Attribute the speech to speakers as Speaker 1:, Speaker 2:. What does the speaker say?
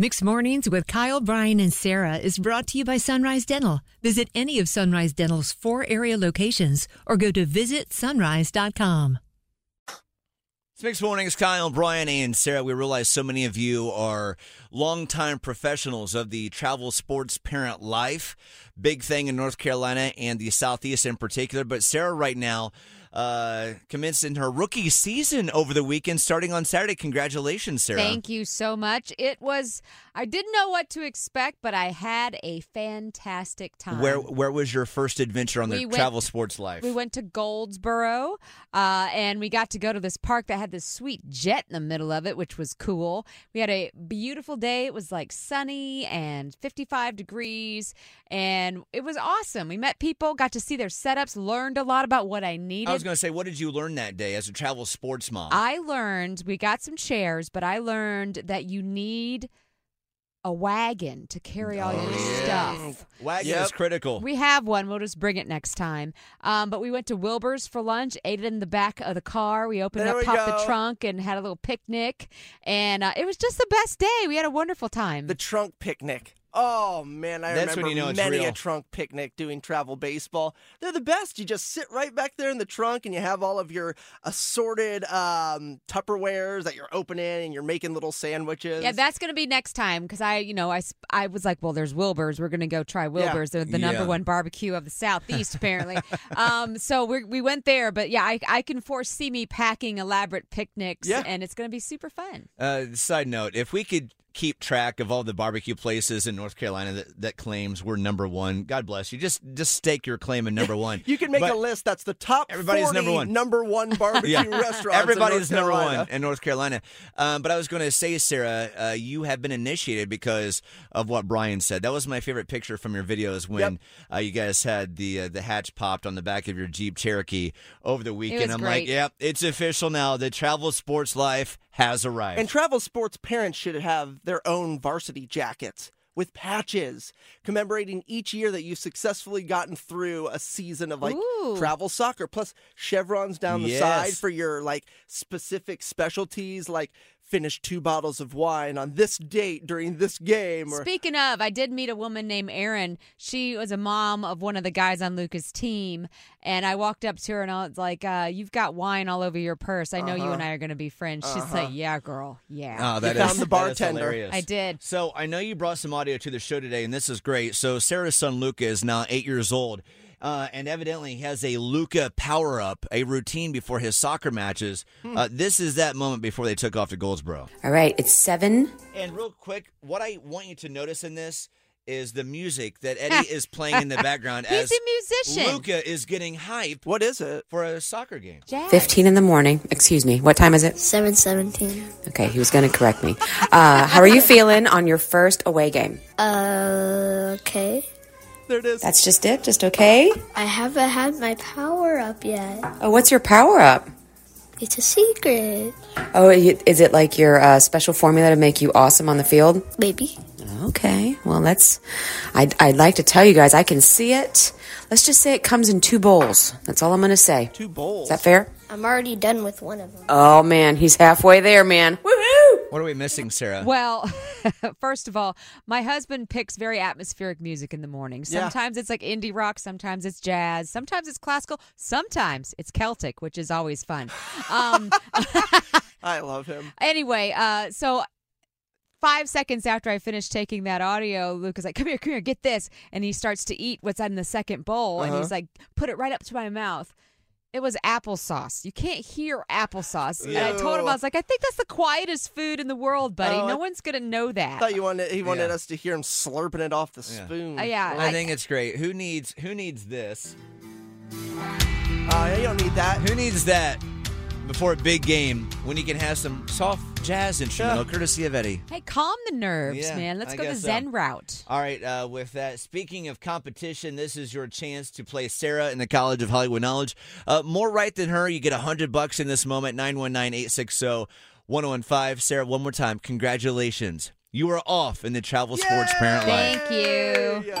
Speaker 1: Mixed Mornings with Kyle, Brian, and Sarah is brought to you by Sunrise Dental. Visit any of Sunrise Dental's four area locations or go to visitsunrise.com.
Speaker 2: It's Mixed Mornings, Kyle, Brian, and Sarah. We realize so many of you are longtime professionals of the travel sports parent life. Big thing in North Carolina and the Southeast in particular. But Sarah, right now, uh, commenced in her rookie season over the weekend, starting on Saturday. Congratulations, Sarah.
Speaker 3: Thank you so much. It was I didn't know what to expect, but I had a fantastic time.
Speaker 2: Where Where was your first adventure on the
Speaker 3: We went-
Speaker 2: travel sports life?
Speaker 3: we went to Goldsboro, uh, and we got to go to this park that had this sweet jet in the middle of it, which was cool. We had a beautiful day. It was like sunny and 55 degrees, and it was awesome. We met people, got to see their setups, learned a lot about what I needed.
Speaker 2: I was going to say, what did you learn that day as a travel sports mom?
Speaker 3: I learned we got some chairs, but I learned that you need a wagon to carry all your
Speaker 2: Oh,
Speaker 1: Oh,
Speaker 3: stuff.
Speaker 2: Wagon
Speaker 4: Yep.
Speaker 2: is critical.
Speaker 3: We have one. We'll just bring it next time. Um, but we went to Wilbur's for lunch, ate it in the back of the car. We opened
Speaker 2: There
Speaker 3: up,
Speaker 2: we
Speaker 3: popped
Speaker 2: go.
Speaker 3: the trunk, and had a little picnic. And uh, it was just the best day. We had a wonderful time.
Speaker 4: The trunk picnic. Oh man, I
Speaker 2: That's when
Speaker 4: remember
Speaker 2: you know it's
Speaker 4: many
Speaker 2: real.
Speaker 4: a trunk picnic doing travel baseball. They're the best. You just sit right back there in the trunk, and you have all of your assorted um, Tupperwares that you're opening, and you're making little sandwiches.
Speaker 3: yeah, that's going to be next time because I, you know, I, sp- I was like, well, there's Wilbur's. We're going to go try Wilbur's. They're the number
Speaker 2: Yeah.
Speaker 3: one barbecue of the Southeast, apparently. um, so we we went there. But yeah, I, I can foresee me packing elaborate picnics,
Speaker 4: Yeah.
Speaker 3: and it's going to be super fun.
Speaker 2: Uh, side note: If we could keep track of all the barbecue places in North Carolina that, that claims we're number one, God bless you. Just just stake your claim in number one.
Speaker 4: you can make
Speaker 2: But
Speaker 4: a list. That's the top
Speaker 2: Everybody's
Speaker 4: 40
Speaker 2: number one.
Speaker 4: number one barbecue
Speaker 2: Yeah.
Speaker 4: restaurants. in
Speaker 2: Everybody's
Speaker 4: North
Speaker 2: number
Speaker 4: Carolina.
Speaker 2: one in North Carolina. Um, but I was going to say, Sarah, uh, you have been initiated because of what Brian said. That was my favorite picture from your videos when uh, you guys had the uh, the hatch popped on the back of your Jeep Cherokee over the weekend.
Speaker 3: was
Speaker 2: I'm like,
Speaker 3: great.
Speaker 2: yep, it's official now. The travel sports life has arrived.
Speaker 4: And travel sports parents should have their own varsity jackets with patches commemorating each year that you've successfully gotten through a season of like
Speaker 3: Ooh.
Speaker 4: travel soccer plus chevrons down the
Speaker 2: Yes.
Speaker 4: side for your like specific specialties like finish two bottles of wine on this date during this game or
Speaker 3: Speaking of, I did meet a woman named Erin. She was a mom of one of the guys on Luca's team, and I walked up to her and I was like, uh, "You've got wine all over your purse. I know you and I are going to be friends." She's like, "Yeah, girl. Yeah,
Speaker 2: Oh, that
Speaker 4: found
Speaker 2: is-
Speaker 4: the
Speaker 2: that is
Speaker 4: bartender.
Speaker 2: hilarious.
Speaker 3: I did."
Speaker 2: So I know you brought some audio to the show today, and this is great. So Sarah's son Luca is now eight years old, uh, and evidently he has a Luca power up, a routine before his soccer matches.
Speaker 3: Hmm.
Speaker 2: Uh, this is that moment before they took off to Goldsboro.
Speaker 5: All right, it's seven.
Speaker 2: And real quick, what I want you to notice in this is the music that Eddie is playing in the background
Speaker 3: He's
Speaker 2: as
Speaker 3: a musician.
Speaker 2: Luca is getting hype
Speaker 4: what is it
Speaker 2: for a soccer game.
Speaker 3: Jazz.
Speaker 5: 15 in the morning. Excuse me. What time is it?
Speaker 6: 717.
Speaker 5: Okay, he was going to correct me. Uh, how are you feeling on your first away game?
Speaker 6: Uh, okay.
Speaker 4: there it is
Speaker 5: That's just it? Just okay?
Speaker 6: I haven't had my power up yet.
Speaker 5: Oh, what's your power up?
Speaker 6: It's a secret.
Speaker 5: Oh, y- is it like your uh, special formula to make you awesome on the field?
Speaker 6: Maybe.
Speaker 5: Okay, well, let's. I'd, I'd like to tell you guys, I can see it. Let's just say it comes in two bowls. That's all I'm going to say.
Speaker 4: two bowls
Speaker 5: Is that fair?
Speaker 6: I'm already done with one of them.
Speaker 5: Oh, man, he's halfway there, man. Woohoo!
Speaker 2: What are we missing, Sarah?
Speaker 3: Well, first of all, my husband picks very atmospheric music in the morning. Sometimes it's like indie rock, sometimes it's jazz, sometimes it's classical, sometimes it's Celtic, which is always fun. Um,
Speaker 4: i love him
Speaker 3: Anyway, uh, so five seconds after I finished taking that audio, Luke is like, "Come here, come here, get this," and he starts to eat what's in the second bowl, and
Speaker 4: Uh-huh.
Speaker 3: he's like, "Put it right up to my mouth." It was applesauce. You can't hear applesauce. And I told him I was like, "I think that's the quietest food in the world, buddy.
Speaker 4: Oh, I-
Speaker 3: no one's gonna know
Speaker 4: I
Speaker 3: that."
Speaker 4: thought you wanted he wanted
Speaker 2: Yeah.
Speaker 4: us to hear him slurping it off the spoon
Speaker 3: Uh, yeah,
Speaker 2: I think it's great. Who needs who needs this?
Speaker 4: Uh, you don't need that
Speaker 2: Who needs that before a big game when you can have some soft jazz instrumental courtesy of Eddie?
Speaker 3: hey, calm the nerves,
Speaker 2: Yeah,
Speaker 3: man. Let's
Speaker 2: I
Speaker 3: go the
Speaker 2: guess so.
Speaker 3: Zen route.
Speaker 2: All right, uh, with that, speaking of competition, this is your chance to play Sarah in the College of Hollywood Knowledge. Uh, more right than her, you get 100 bucks in this moment, 919 860 1015. Sarah, one more time, congratulations. You are off in the travel sports parent life.
Speaker 3: Thank you.
Speaker 4: Yeah.